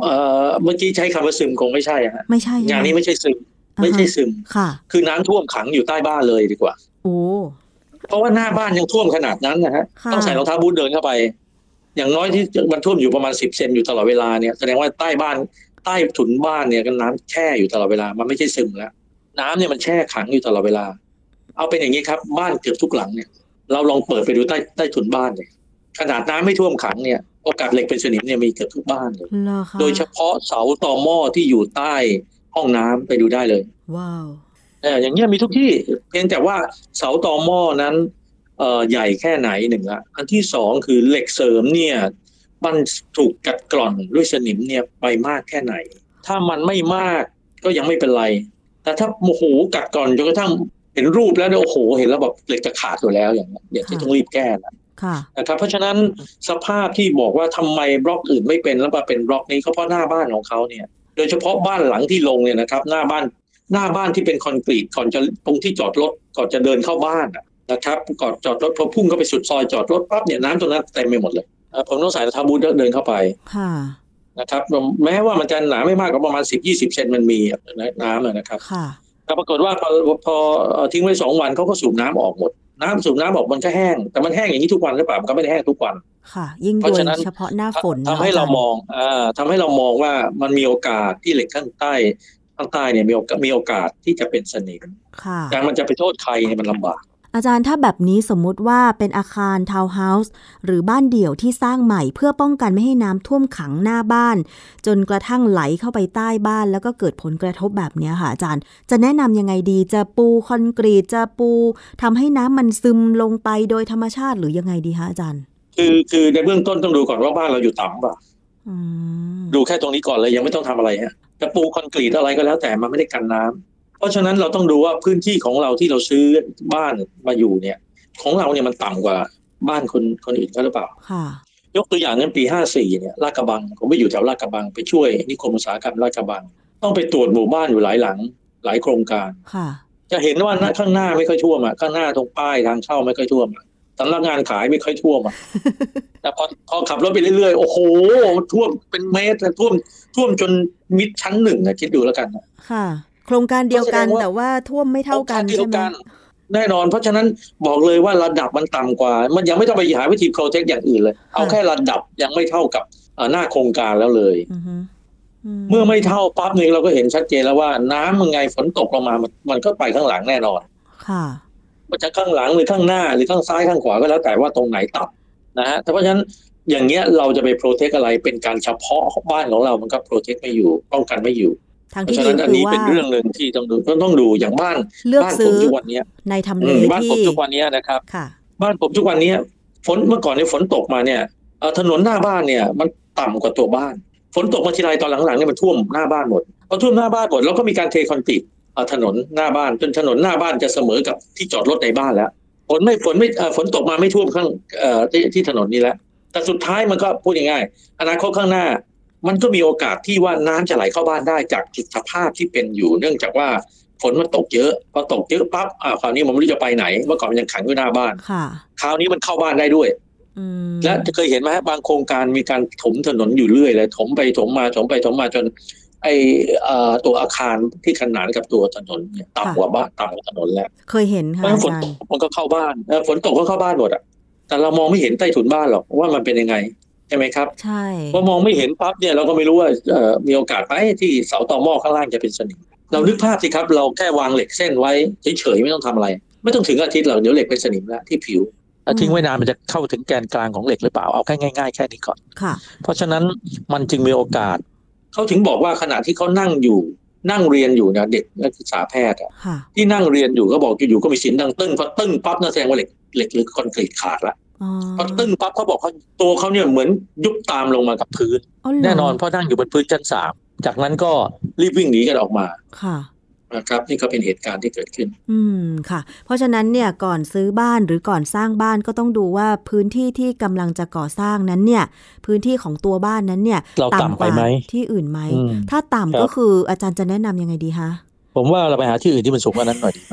[SPEAKER 2] เอ่อเมื่อกี้ใช้คำว่าซึมคงไม่ใช่อะฮะ
[SPEAKER 1] ไม่ใช่ใช่ห
[SPEAKER 2] งานนี้ไม่ใช่ซึม ไม่ใช่ซึม
[SPEAKER 1] ค่ะ
[SPEAKER 2] คือน้ำท่วมขังอยู่ใต้บ้านเลยดีกว่า
[SPEAKER 1] โอ้
[SPEAKER 2] เพราะว่าหน้าบ้านยังท่วมขนาดนั้นนะฮะ
[SPEAKER 1] ค่ะ
[SPEAKER 2] ต้องใส่รองเท้าบูทเดินเข้าไป อย่างน้อยที่มันท่วมอยู่ประมาณสิบเซนอยู่ตลอดเวลาเนี่ยแสดงว่าใต้บ้านใต้ถุนบ้านเนี่ยก็น้ำแช่อยู่ตลอดเวลา มันไม่ใช่ซึมแล้ว น้ำเนี่ยมันแช่ขังอยู่ตลอดเวลา เอาเป็นอย่างนี้ครับ บ้านเกือบทุกหลังเนี่ย เราลองเปิดไปดูใต้ใต้ถุนบ้านเนี่ยขนาดน้ำไม่ท่วมขังเนี่ยโอกาสเหล็กเป็นสนิมเนี่ยมีเกือบทุกบ้านเลย
[SPEAKER 1] เหรอคะ
[SPEAKER 2] โดยเฉพาะเสาตอหม้อที่อยู่ใต้ห้องน้ำไปดูได้เลย
[SPEAKER 1] ว้าว
[SPEAKER 2] เอออย่างเงี้ยมีทุกที่เพียงแต่ว่าเสาตอหม้อนั้นเอ่อใหญ่แค่ไหนหนึ่งละอันที่สองคือเหล็กเสริมเนี่ยมันถูกกัดกร่อนด้วยสนิมเนี่ยไปมากแค่ไหน ถ้ามันไม่มากก็ยังไม่เป็นไร แต่ถ้าโอ้โหกัดกร่อนจนกระทั่งเห็นรูปแล้วเนี่ยโอ้โห เห็นแล้วแบบเหล็กจะขาดอยู่แล้วอย่างเงี้ยเดี๋ยวจะต้องรีบแก้ละ
[SPEAKER 1] ค่ะ
[SPEAKER 2] นะครับเพราะฉะนั้นสภาพที่บอกว่าทำไมบล็อกอื่นไม่เป็นแล้วมาเป็นบล็อกนี้ก็เพราะหน้าบ้านของเขาเนี่ย โดยเฉพาะบ้านหลังที่ลงเนี่ยนะครับ หน้าบ้านหน้าบ้านที่เป็นคอนกรีตก่อนจะตรงที่จอดรถก่อนจะเดินเข้าบ้านอะนะครับก่อนจอดรถพอพุ่งเข้าไปสุดซอยจอดรถปั๊บเนี่ยน้ำตรงนั้นเต็มไปหมดเลยเอ่อผมต้องใส่รองเท้าบูทเดินเข้าไป
[SPEAKER 1] ค่ะ
[SPEAKER 2] นะครับ แม้ว่ามันจะหนาไม่มากก็ประมาณ 10-20เซนมันมีอะนะน้ำอะนะครับ
[SPEAKER 1] ค่ะ
[SPEAKER 2] แต่ปรากฏว่าพอพอเอ่อทิ้งไว้สองวันเขาก็สูบน้ำออกหมด น้ำสูบน้ำออกมันก็แห้ง แต่มันแห้งอย่างนี้ทุกวันหรือเปล่ามันก็ไม่ได้แห้งทุกวัน
[SPEAKER 1] ค่ะ ยิ่ง
[SPEAKER 2] เพ
[SPEAKER 1] โด
[SPEAKER 2] ราะ
[SPEAKER 1] ย
[SPEAKER 2] ฉะนั้น
[SPEAKER 1] เฉพาะหน้าฝน
[SPEAKER 2] ทำให้
[SPEAKER 1] นะ
[SPEAKER 2] เรามองอ่าทำให้เรามองว่ามันมีโอกาสที่เหล็กข้างใต้ข้างใต้เนี่ยมีโอกาสมีโอกาสที่จะเป็นสนิม
[SPEAKER 1] ค่ะ
[SPEAKER 2] การมันจะไปโทษใครเนี่ยมันลำบาก
[SPEAKER 1] อาจารย์ถ้าแบบนี้สมมุติว่าเป็นอาคารทาวน์เฮาส์หรือบ้านเดี่ยวที่สร้างใหม่ เพื่อป้องกันไม่ให้น้ำท่วมขังหน้าบ้าน จนกระทั่งไหลเข้าไปใต้บ้าน แล้วก็เกิดผลกระทบแบบเนี้ยค่ะอาจารย์ จะแนะนำยังไงดีจะปูคอนกรีตจะปูทำให้น้ำมันซึมลงไปโดยธรรมชาติหรือยังไงดีคะอาจารย์
[SPEAKER 2] คือคือในเบื้องต้นต้องดูก่อนว่าบ้านเราอยู่ต่ำเปล่ะ
[SPEAKER 1] อืม
[SPEAKER 2] ดูแค่ตรงนี้ก่อนเลยยังไม่ต้องทำอะไรฮะจะปูคอนกรีตอะไรก็แล้วแต่มันไม่ได้กันน้ำเพราะฉะนั้นเราต้องดูว่าพื้นที่ของเราที่เราซื้อบ้านมาอยู่เนี่ย ของเราเนี่ยมันต่ำกว่าบ้านคนคนอื่นเขาหรือเปล่า
[SPEAKER 1] ค่ะ
[SPEAKER 2] ยกตัวอย่างนั้นปี 54 เนี่ยลาดกระบัง ผมไปอยู่แถวลาดกระบัง ไปช่วยนิคมอุตสาหกรรมลาดกระบัง ต้องไปตรวจหมู่บ้านอยู่หลายหลัง หลายโครงการ
[SPEAKER 1] ค่ะ
[SPEAKER 2] จะเห็นว่าหน้าข้างหน้าไม่ค่อยท่วมอ่ะข้างหน้าตรงป้ายทางเข้าไม่ค่อยท่วมอะสำนักงานขายไม่ค่อยท่วม อ่ะ แต่พอพอขับรถไปเรื่อยๆ โอ้โห ท่วมเป็นเมตรอะท่วมท่วมจนมิดชั้นหนึ่งนะคิดดูแล้วกันนะ
[SPEAKER 1] ค่ะ โครงการเดียวกัน
[SPEAKER 2] ก็แสดงว่า
[SPEAKER 1] แต่ว่าท่วมไม่เท่ากันใช่
[SPEAKER 2] โอกสเดียว
[SPEAKER 1] ไหม
[SPEAKER 2] กันแน่นอนเพราะฉะนั้นบอกเลยว่าระดับมันต่ำกว่า มันยังไม่ต้องไปหาวิธีโปรเทคอย่างอื่นเลย เอาแค่ระดับยังไม่เท่ากับเอ่อหน้าโครงการแล้วเลย
[SPEAKER 1] อือฮึอื
[SPEAKER 2] เมื่อไม่เท่าปั๊บเนี่ยเราก็เห็นชัดเจนแล้วว่าน้ำมันไงฝนตกลงมามันมันก็ไปข้างหลังแน่นอน
[SPEAKER 1] ค่ะ
[SPEAKER 2] มันจะข้างหลังหรือข้างหน้าหรือข้างซ้ายข้างขวาก็แล้วแต่ว่าตรงไหนต่ำนะฮะแต่เพราะฉะนั้นอย่างเงี้ยเราจะไปโปรเทคอะไรเป็นการเฉพาะบ้านของเรามันก็โปรเทคไม่อยู่ป้องกันไม่อยู่
[SPEAKER 1] ทาง
[SPEAKER 2] เพ
[SPEAKER 1] ที่
[SPEAKER 2] ราะ
[SPEAKER 1] ดี
[SPEAKER 2] ฉะนั้นอัน
[SPEAKER 1] คือ
[SPEAKER 2] นี้
[SPEAKER 1] ว่า
[SPEAKER 2] เป็นเรื่องหนึ่งที่ต้องดูต้องต้องดูอย่างบ้าน
[SPEAKER 1] เลือก
[SPEAKER 2] บ้านผ
[SPEAKER 1] ซื้
[SPEAKER 2] ม
[SPEAKER 1] อ
[SPEAKER 2] ทุกวันเนี้ย
[SPEAKER 1] ในทำ
[SPEAKER 2] อื
[SPEAKER 1] เล
[SPEAKER 2] มบ้านผม
[SPEAKER 1] ที่
[SPEAKER 2] ทุกวันเนี้ยนะครับ
[SPEAKER 1] ค่ะ
[SPEAKER 2] บ้านผมทุกวันเนี้ยฝนเมื่อก่อนเนี่ยฝนตกมาเนี่ยเอ่อถนนหน้าบ้านเนี่ยมันต่ำกว่าตัวบ้าน ฝนตกมาทีไรตอนหลังๆเนี่ยมันท่วมหน้าบ้านหมดพอท่วมหน้าบ้านหมดแล้วก็มีการเทคอนกรีตเอ่อถนนหน้าบ้านจนถนนหน้าบ้านจะเสมอกับที่จอดรถในบ้านแล้วฝนไม่ฝนไม่เอ่อฝนตกมาไม่ท่วมข้างเอ่อที่ที่ถนนนี้แล้วแต่สุดท้ายมันก็พูดง่ายๆอนาคตข้างหน้า มันก็มีโอกาสที่ว่าน้ำจะไหลเข้าบ้านได้จากสภาพที่เป็นอยู่ เนื่องจากว่าฝนมันตกเยอะพอตกเยอะปั๊บอ่าคราวนี้มันไม่รู้จะไปไหนเมื่อก่อนมันยังขังอยู่หน้าบ้าน
[SPEAKER 1] ค่ะ
[SPEAKER 2] คราวนี้มันเข้าบ้านได้ด้วย
[SPEAKER 1] อืม
[SPEAKER 2] และเคยเห็นไหมฮะบางโครงการมีการถมถนนอยู่เรื่อยเลยถมไปถมมาถมไปถมมาจน ไอเอ่อตัวอาคารที่ขนานกับตัวถนนเนี่ยต่ำกว่าบ้านต่ำกว่าถนนแล้ว
[SPEAKER 1] เคยเห็นค่ะ
[SPEAKER 2] เพราะฉะ
[SPEAKER 1] อาน
[SPEAKER 2] นั้ฝน
[SPEAKER 1] จาร
[SPEAKER 2] ต
[SPEAKER 1] ย์
[SPEAKER 2] กมันก็เข้าบ้านเอ่อฝนตกก็เข้าบ้านหมดอ่ะแต่เรามองไม่เห็นใต้ถุนบ้านหรอกว่ามันเป็นยังไงใช่ไหมครับ
[SPEAKER 1] ใช่
[SPEAKER 2] พอมองไม่เห็นปั๊บเนี่ยเราก็ไม่รู้ว่าเอ่อมีโอกาสไหมที่เสาตอหม้อข้างล่างจะเป็นสนิมเรานึกภาพสิครับเราแค่วางเหล็กเส้นไว้เฉยๆไม่ต้องทำอะไร ไม่ต้องถึงอาทิตย์หรอกเดี๋ยวเหล็กเป็นสนิมแล้วที่ผิว ถ้าทิ้งไว้นานมันจะเข้าถึงแกนกลางของเหล็กหรือเปล่า เอาแค่ง่ายๆแค่นี้ก่อน
[SPEAKER 1] ค่ะ
[SPEAKER 2] เพราะฉะนั้นมันจึงมีโอกาส เขาถึงบอกว่าขณะที่เขานั่งอยู่ นั่งเรียนอยู่เนี่ยเด็กนักศึกษาแพทย์อะ
[SPEAKER 1] ค่ะ
[SPEAKER 2] ที่นั่งเรียนอยู่ก็บอกอยู่ๆก็มีเสียงดังตึ้งพอตึ้งปั๊บนั่นแสดงว่าเหล็กเหล็กหรือคอนกรีตขาดละ
[SPEAKER 1] อ๋อ
[SPEAKER 2] พอตึ้งปั๊บเขาบอกเขาตัวเขาเนี่ยเหมือนยุบตามลงมากับพื้น
[SPEAKER 1] อเหร
[SPEAKER 2] แน่นอนเพราะนั่งอยู่บนพื้นชั้นสามจากนั้นก็รีบวิ่งหนีกันออกมา
[SPEAKER 1] ค่ะ
[SPEAKER 2] นะครับนี่ก็เป็นเหตุการณ์ที่เกิดขึ้น
[SPEAKER 1] อืมค่ะ เพราะฉะนั้นเนี่ยก่อนซื้อบ้านหรือก่อนสร้างบ้านก็ต้องดูว่าพื้นที่ที่กำลังจะก่อสร้างนั้นเนี่ย พื้นที่ของตัวบ้านนั้นเนี่ย
[SPEAKER 2] เราต่ำไปไหม
[SPEAKER 1] ที่อื่นไหม
[SPEAKER 2] อืม
[SPEAKER 1] ถ้าต่ำ
[SPEAKER 2] ครับ
[SPEAKER 1] ก็คืออาจารย์จะแนะนำยังไงดีคะ
[SPEAKER 2] ผมว่าเราไปหาที่อื่นที่มันสูงกว่านั้นหน่อยดีไหม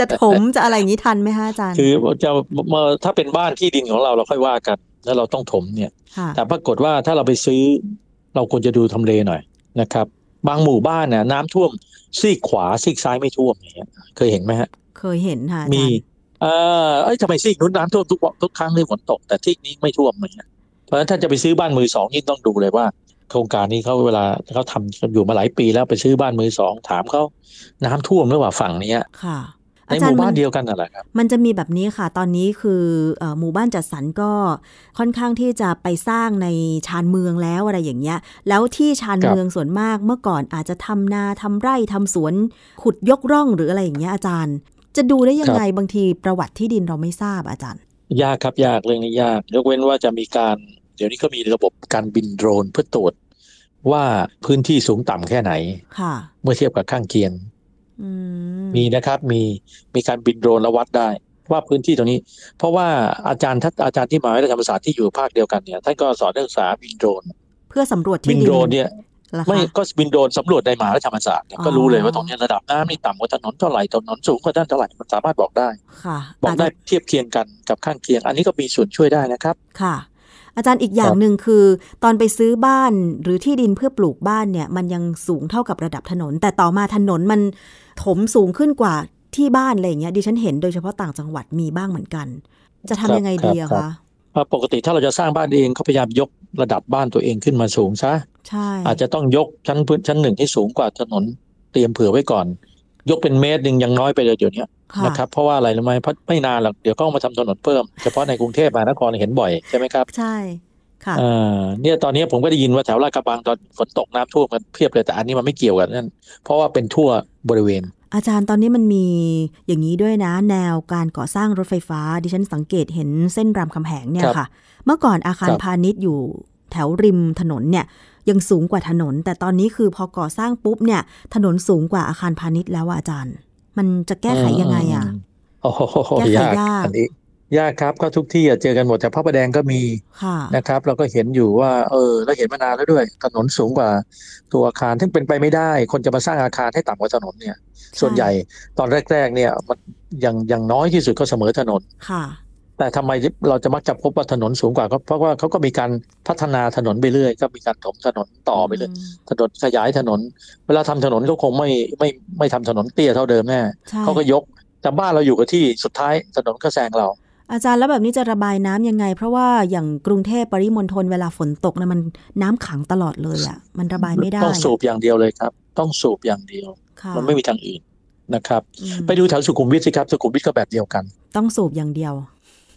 [SPEAKER 1] จะถมจะอะไรอย่างนี้ทันไหมคะอาจารย์
[SPEAKER 2] คือจะเมื่อถ้าเป็นบ้านที่ดินของเราเราค่อยว่ากัน แล้วเราต้องถมเนี่ย
[SPEAKER 1] ค่ะ
[SPEAKER 2] แต่ปรากฏว่าถ้าเราไปซื้อ เราควรจะดูทำเลหน่อยนะครับ บางหมู่บ้านน่ะน้ำท่วมซีกขวาซีกซ้ายไม่ท่วมอย่างเงี้ยเคยเห็นไหมฮะ
[SPEAKER 1] เคยเห็นค่ะอาจารย์
[SPEAKER 2] มี เออเอ้ยทำไมซีกนู้นน้ำท่วมทุกวันทุกครั้งที่ฝนตกแต่ที่นี้ไม่ท่วมเลยนะเพราะฉะนั้นถ้าจะไปซื้อบ้านมือสองนี่ต้องดูเลยว่า โครงการนี้เขาเวลาเขาทำอยู่มาหลายปีแล้วไปซื้อบ้านมือสองถามเขาน้ำท่วมหรือเปล่าฝั่งเนี้ย
[SPEAKER 1] ค่ะ
[SPEAKER 2] ในหมู่บ้านเดียวกันน่ะแหละครับ
[SPEAKER 1] มันจะมีแบบนี้ค่ะ ตอนนี้คือเอ่อหมู่บ้านจัดสรรก็ค่อนข้างที่จะไปสร้างในชานเมืองแล้วอะไรอย่างเงี้ย แล้วที่ชาน
[SPEAKER 2] ครับ
[SPEAKER 1] เมืองส่วนมากเมื่อก่อนอาจจะทำนาทำไร่ทำสวน ขุดยกร่องหรืออะไรอย่างเงี้ยอาจารย์ จะดูได้ยังไงบางทีประวัติที่ดินเราไม่ทราบอาจารย์
[SPEAKER 2] ยากครับยากเรื่องนี้ยาก ยกเว้นว่าจะมีการ เดี๋ยวนี้ก็มีระบบการบินโดรนเพื่อตรวจว่าพื้นที่สูงต่ำแค่ไหน
[SPEAKER 1] ค่ะ
[SPEAKER 2] เมื่อเทียบกับข้างเคียง
[SPEAKER 1] อื
[SPEAKER 2] มีนะครับมีมีการบินโดรนและวัดได้ ว่าพื้นที่ตรงนี้ เพราะว่าอาจารย์ท่านอาจารย์ที่มหาวิทยาลัยธรรมศาสตร์ที่อยู่ภาคเดียวกันเนี่ยท่านก็สอนนักศึกษาบินโดรน
[SPEAKER 1] เพื่อสำรวจ
[SPEAKER 2] บิ
[SPEAKER 1] ที่
[SPEAKER 2] น
[SPEAKER 1] ดิน
[SPEAKER 2] โดรนเนี่ย
[SPEAKER 1] เหรอ
[SPEAKER 2] ไม่
[SPEAKER 1] คะ
[SPEAKER 2] ก็บินโดรนสำรวจในมหาวิทยาลัยธรรมศาสตร์เนี่ย
[SPEAKER 1] อ๋อ
[SPEAKER 2] ก็รู้เลยว่าตรงเนี้ยระดับน้ำนี่ต่ำกว่าถนนเท่าไหร่ถนนสูงกว่าด้านเท่าไหร่มันสามารถบอกได้
[SPEAKER 1] ค่ะ
[SPEAKER 2] บอกได้
[SPEAKER 1] าจจะ
[SPEAKER 2] เทียบเคียงกันกับข้างเคียง อันนี้ก็มีส่วนช่วยได้นะครับ
[SPEAKER 1] ค่ะ อาจารย์อีกอย่าง
[SPEAKER 2] ครับ
[SPEAKER 1] หนึ่งคือ ตอนไปซื้อบ้านหรือที่ดินเพื่อปลูกบ้านเนี่ย มันยังสูงเท่ากับระดับถนน แต่ต่อมาถนนมันถมสูงขึ้นกว่าที่บ้านอะไรอย่างเงี้ยดิฉันเห็นโดยเฉพาะต่างจังหวัดมีบ้างเหมือนกัน จะทำยังไงดีอะคะ
[SPEAKER 2] เอ่อปกติถ้าเราจะสร้างบ้านเองเขาพยายามยกระดับบ้านตัวเองขึ้นมาสูงซะ
[SPEAKER 1] ใช่
[SPEAKER 2] อาจจะต้องยกชั้นพื้นชั้นหนึ่งที่สูงกว่าถนนเตรียมเผื่อไว้ก่อน ยกเป็นเมตรหนึ่งยังน้อยไปเลยเดี๋ยวนี้นะครับเพราะว่าอะไรรู้ไหมเพราะไม่นานหรอกเดี๋ยวก็เอามาทำถนนเพิ่มเฉพาะในกรุงเทพมหานครเห็นบ่อยใช่ไหมครับ
[SPEAKER 1] ใช่ค่ะ
[SPEAKER 2] เอ่อเนี่ยตอนนี้ผมก็ได้ยินว่าแถวลาดกระบังตอนฝนตกน้ำท่วมกันเพียบเลยแต่อันนี้มันไม่เกี่ยวกันนั่นเพราะว่าเป็นทั่วบริเวณ
[SPEAKER 1] อาจารย์ตอนนี้มันมีอย่างนี้ด้วยนะ แนวการก่อสร้างรถไฟฟ้า ดิฉันสังเกตเห็นเส้นรามคำแหงเนี่ย
[SPEAKER 2] ครับ
[SPEAKER 1] ค่ะ เมื่อก่อนอาคาร
[SPEAKER 2] ครับ
[SPEAKER 1] พาณิชย์อยู่แถวริมถนนเนี่ยยังสูงกว่าถนน แต่ตอนนี้คือพอก่อสร้างปุ๊บเนี่ย ถนนสูงกว่าอาคารพาณิชย์แล้วอะอาจารย์ มันจะแก้ไขยังไงอ่ะ
[SPEAKER 2] มโอ้โห
[SPEAKER 1] แก้ไข
[SPEAKER 2] ยาก
[SPEAKER 1] ยาก
[SPEAKER 2] อันนี้ยากครับก็ทุกที่อะเจอกันหมดแต่พระประแดงก็มี
[SPEAKER 1] ค่ะ
[SPEAKER 2] นะครับเราก็เห็นอยู่ว่าเออเราเห็นมานานแล้วด้วย ถนนสูงกว่าตัวอาคารซึ่งเป็นไปไม่ได้ คนจะมาสร้างอาคารให้ต่ำกว่าถนนเนี่ย ส่วนใหญ่ตอนแรก ๆ เนี่ยมันอย่างอย่างน้อยที่สุดก็เสมอถนน
[SPEAKER 1] ค่ะ
[SPEAKER 2] แต่ทำไมเราจะมักจะพบว่าถนนสูงกว่าก็เพราะว่าเขาก็มีการพัฒนาถนนไปเรื่อย ก็มีการถมถนนต่อไปเรื่อยถนนขยายถนน เวลาทำถนนก็คงไม่ไม่ไม่ทำถนนเตี้ยเท่าเดิมแน่
[SPEAKER 1] ใช่
[SPEAKER 2] เขาก็ยกแต่บ้านเราอยู่กับที่สุดท้ายถนนก็แซงเรา
[SPEAKER 1] อาจารย์แล้วแบบนี้จะระบายน้ำยังไง เพราะว่าอย่างกรุงเทพปริมณฑลเวลาฝนตกเนะมันน้ำขังตลอดเลยอ่ะมันระบายไม่ได้
[SPEAKER 2] ต้องสูบอย่างเดียวเลยครับ ต้องสูบอย่างเดียว
[SPEAKER 1] ค่ะ
[SPEAKER 2] มันไม่มีทางอื่นนะครับ
[SPEAKER 1] อืม
[SPEAKER 2] ไปดูแถวสุขุมวิทสิครับสุขุมวิทก็แบบเดียวกัน
[SPEAKER 1] ต้องสูบอย่างเดียว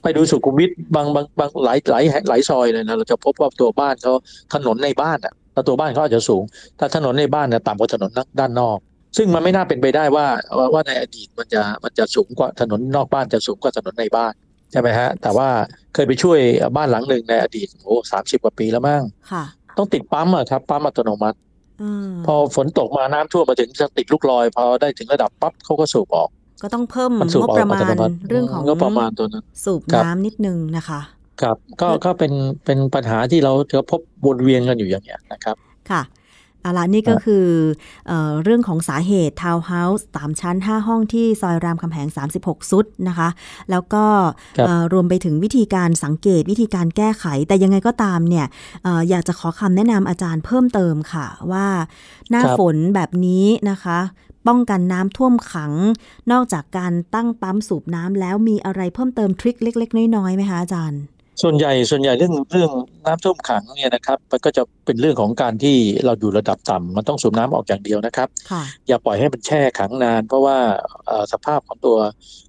[SPEAKER 2] ไปดูสุขุมวิทบางบางบางหลายหลายหลายซอยเลยนะเราจะพบว่าตัวบ้านเขาถนนในบ้านอ่ะแล้วตัวบ้านเขาอาจจะสูง แต่ถนนในบ้านเนี่ยต่ำกว่าถนนด้านนอก ซึ่งมันไม่น่าเป็นไปได้ว่าว่าว่าในอดีตมันจะมันจะสูงกว่าถนนนอกบ้านจะสูงกว่าถนนในบ้านใช่ไหมฮะแต่ว่าเคยไปช่วยบ้านหลังหนึ่งในอดีตโอ้สามสิบกว่าปีแล้วมั้ง
[SPEAKER 1] ค่ะ
[SPEAKER 2] ต้องติดปั๊มอะครับปั๊มอัตโนมัติ
[SPEAKER 1] อืม
[SPEAKER 2] พอฝนตกมาน้ำท่วมมาถึงจะติดลูกลอยพอได้ถึงระดับปั๊บเขาก็สูบออก
[SPEAKER 1] ก็ต้องเพิ่ม
[SPEAKER 2] มัน
[SPEAKER 1] ง
[SPEAKER 2] สูบบ ออก
[SPEAKER 1] ประมา
[SPEAKER 2] อัต
[SPEAKER 1] ณ
[SPEAKER 2] โนมัติ
[SPEAKER 1] เรื่องของ
[SPEAKER 2] งบประมาณตัวนั้น
[SPEAKER 1] สูบ
[SPEAKER 2] ครับ
[SPEAKER 1] น้ำนิดนึงนะคะ
[SPEAKER 2] ครับก็
[SPEAKER 1] ครับ
[SPEAKER 2] ก็เป็นเป็นปัญหาที่เราเจอพบวนเวียนกันอยู่อย่างเงี้ยนะครับ
[SPEAKER 1] ค่ะเอาละนี่ก็
[SPEAKER 2] ครับ
[SPEAKER 1] คือเออเรื่องของสาเหตุทาวน์เฮาส์สามชั้น 5 ห้องที่ซอยรามคำแหง 36 ซุดนะคะ แล้วก็เอ่อรวมไปถึงวิธีการสังเกตวิธีการแก้ไข แต่ยังไงก็ตามเนี่ยเอออยากจะขอคำแนะนำอาจารย์เพิ่มเติมค่ะว่า หน้า
[SPEAKER 2] ครับ
[SPEAKER 1] ฝนแบบนี้นะคะ ป้องกันน้ำท่วมขัง นอกจากการตั้งปั๊มสูบน้ำแล้วมีอะไรเพิ่มเติมทริคเล็ก ๆ น้อยๆไหมคะอาจารย์
[SPEAKER 2] ส่วนใหญ่ส่วนใหญ่เรื่องเรื่องน้ำท่วมขังเนี่ยนะครับมันก็จะเป็นเรื่องของการที่เราอยู่ระดับต่ำมันต้องสูบน้ำออกอย่างเดียวนะครับ
[SPEAKER 1] ค่ะ
[SPEAKER 2] อย่าปล่อยให้มันแช่ขังนาน เพราะว่าเอ่อสภาพของตัว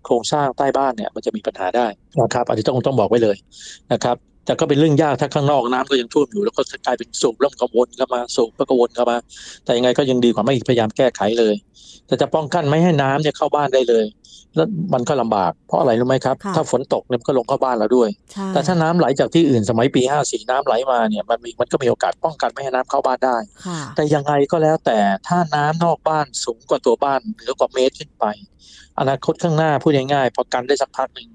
[SPEAKER 2] โครงสร้างใต้บ้านเนี่ยมันจะมีปัญหาได้นะครับอันนี้ต้องต้องบอกไว้เลยนะครับ แต่ก็เป็นเรื่องยากถ้าข้างนอกน้ำก็ยังท่วมอยู่แล้วก็กลายเป็นสูบแล้วมันก็วนเข้ามาสูบแล้วก็วนเข้ามา แต่ยังไงก็ยังดีกว่าไม่พยายามแก้ไขเลย แต่จะป้องกันไม่ให้น้ำเนี่ยเข้าบ้านได้เลย แล้วมันก็ลำบากเพราะอะไรรู้ไหมครับ
[SPEAKER 1] ค่ะ
[SPEAKER 2] ถ้าฝนตกเนี่ยมันก็ลงเข้าบ้านเราด้วย
[SPEAKER 1] ใช่
[SPEAKER 2] แต่ถ้าน้ำไหลจากที่อื่นสมัยปี 54 น้ำไหลมาเนี่ยมันมีมันก็มีโอกาสป้องกันไม่ให้น้ำเข้าบ้านได้
[SPEAKER 1] ค่ะ
[SPEAKER 2] แต่ยังไงก็แล้วแต่ถ้าน้ำนอกบ้านสูงกว่าตัวบ้านเหนือกว่าเมตรขึ้นไป อนาคตข้างหน้าพูดง่ายๆพอกันได้สักพักหนึ่ง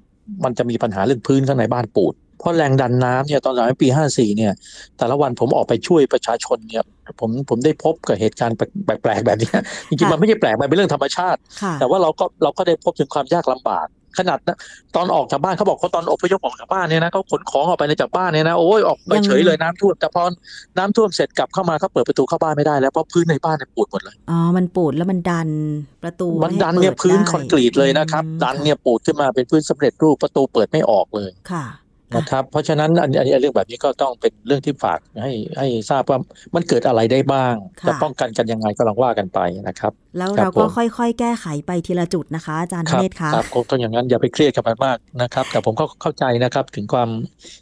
[SPEAKER 2] มันจะมีปัญหาเรื่องพื้นข้างในบ้านปูด เพราะแรงดันน้ำเนี่ยตอนสมัยปี 54 เนี่ย แต่ละวันผมออกไปช่วยประชาชนเนี่ยผมผมได้พบกับเหตุการณ์แปลกๆแบบเนี้ยจริงๆมันไม่ใช่แปลกมันเป็นเรื่องธรรมชาติ
[SPEAKER 1] ค่ะ
[SPEAKER 2] แต่ว่าเราก็เราก็ได้พบถึงความยากลำบาก ขนาดนะตอนออกจากบ้านเขาบอกเขาตอนอพยพออกจากบ้านเนี่ยนะเขาขนของออกไปในจากบ้านเนี่ยนะโอ้ยออกไป
[SPEAKER 1] ยัง
[SPEAKER 2] เฉยเลยน้ำท่วมแต่พอน้ำท่วมเสร็จกลับเข้ามาเขาเปิดประตูเข้าบ้านไม่ได้แล้วเพราะพื้นในบ้านเนี่ยปูดหมดเลย
[SPEAKER 1] อ๋อ มันปูดแล้วมันดันประตู
[SPEAKER 2] มัน
[SPEAKER 1] ไให้
[SPEAKER 2] ดันเนี่ย
[SPEAKER 1] ปิ
[SPEAKER 2] พื้น
[SPEAKER 1] ได้
[SPEAKER 2] คอนกรีตเลยนะครับ
[SPEAKER 1] อืม
[SPEAKER 2] ดันเนี่ยปูดขึ้นมาเป็นพื้นสำเร็จรูปประตูเปิดไม่ออกเลย
[SPEAKER 1] ค่ะค่ะ
[SPEAKER 2] นะครับ เพราะฉะนั้นอันอันนี้เรื่องแบบนี้ก็ต้องเป็นเรื่องที่ฝากให้ให้ทราบว่ามันเกิดอะไรได้บ้าง
[SPEAKER 1] ค่ะ
[SPEAKER 2] จะป้องกันกันยังไงก็ลองว่ากันไปนะครับ
[SPEAKER 1] แล้ว
[SPEAKER 2] ครับ
[SPEAKER 1] เราก็
[SPEAKER 2] ผม
[SPEAKER 1] ค่อยๆ แก้ไขไปทีละจุดนะคะ อาจารย์
[SPEAKER 2] ค
[SPEAKER 1] ธ
[SPEAKER 2] รับ
[SPEAKER 1] เนศคะ
[SPEAKER 2] ครับคงต้องอย่างนั้นอย่าไปเครียดกับมันมากนะครับ แต่ผมก็เข้าใจนะครับ ถึงความ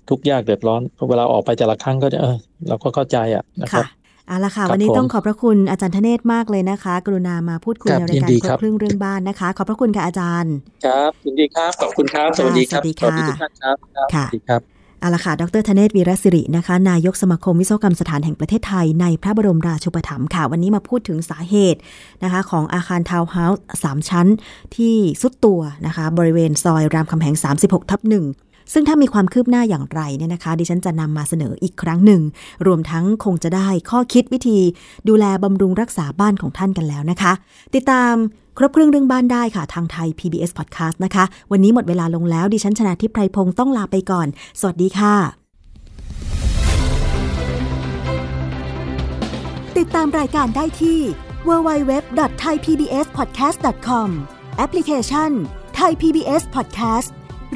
[SPEAKER 2] ทุกข์ยากเดือดร้อนเวลาออกไปแต่ละครั้งก็จะเออเราก็เข้าใจอ่ะนะครับ
[SPEAKER 1] ค่ะเอาละค่ะ
[SPEAKER 2] ครับ
[SPEAKER 1] วันนี้
[SPEAKER 2] ผม
[SPEAKER 1] ต้องขอบพระคุณอาจารย์ธเนศมากเลยนะคะ กรุณามาพูดคุย
[SPEAKER 2] ครับ
[SPEAKER 1] ในรายการ
[SPEAKER 2] ยินดี
[SPEAKER 1] คร
[SPEAKER 2] ครับ บ
[SPEAKER 1] เครื่องเรื่องบ้านนะคะ ขอบพระคุณค่ะอาจารย์
[SPEAKER 2] ครับยินดีครับขอบคุณครับสวัสดีครับ
[SPEAKER 1] ค่ะสวัสดีค่ะ
[SPEAKER 2] ทุกท่านครับครับ
[SPEAKER 1] ค่ะ
[SPEAKER 2] สวัสดีครับ
[SPEAKER 1] เอาละค่ะ ดรธเนศวีรศิรินะคะ นายกสมาคมวิศวกรรมสถานแห่งประเทศไทยในพระบรมราชูปถัมภ์ค่ะ วันนี้มาพูดถึงสาเหตุนะคะ ของอาคารทาวน์เฮาส์สามชั้น ที่สุดตัวนะคะ บริเวณซอยรามคำแหง 36 ทับหนึ่งซึ่งถ้ามีความคืบหน้าอย่างไรเนี่ยนะคะ ดิฉันจะนำมาเสนออีกครั้งหนึ่ง รวมทั้งคงจะได้ข้อคิดวิธี ดูแลบำรุงรักษาบ้านของท่านกันแล้วนะคะ ติดตามครบเครื่องเรื่องบ้านได้ค่ะ ทางไทย PBS Podcast นะคะ วันนี้หมดเวลาลงแล้ว ดิฉันชนะทิพไพรพงศ์ต้องลาไปก่อน สวัสดีค่ะ ติดตามรายการได้ที่ www.thaipbspodcast.com แอปพลิเคชัน Thai PBS Podcast ห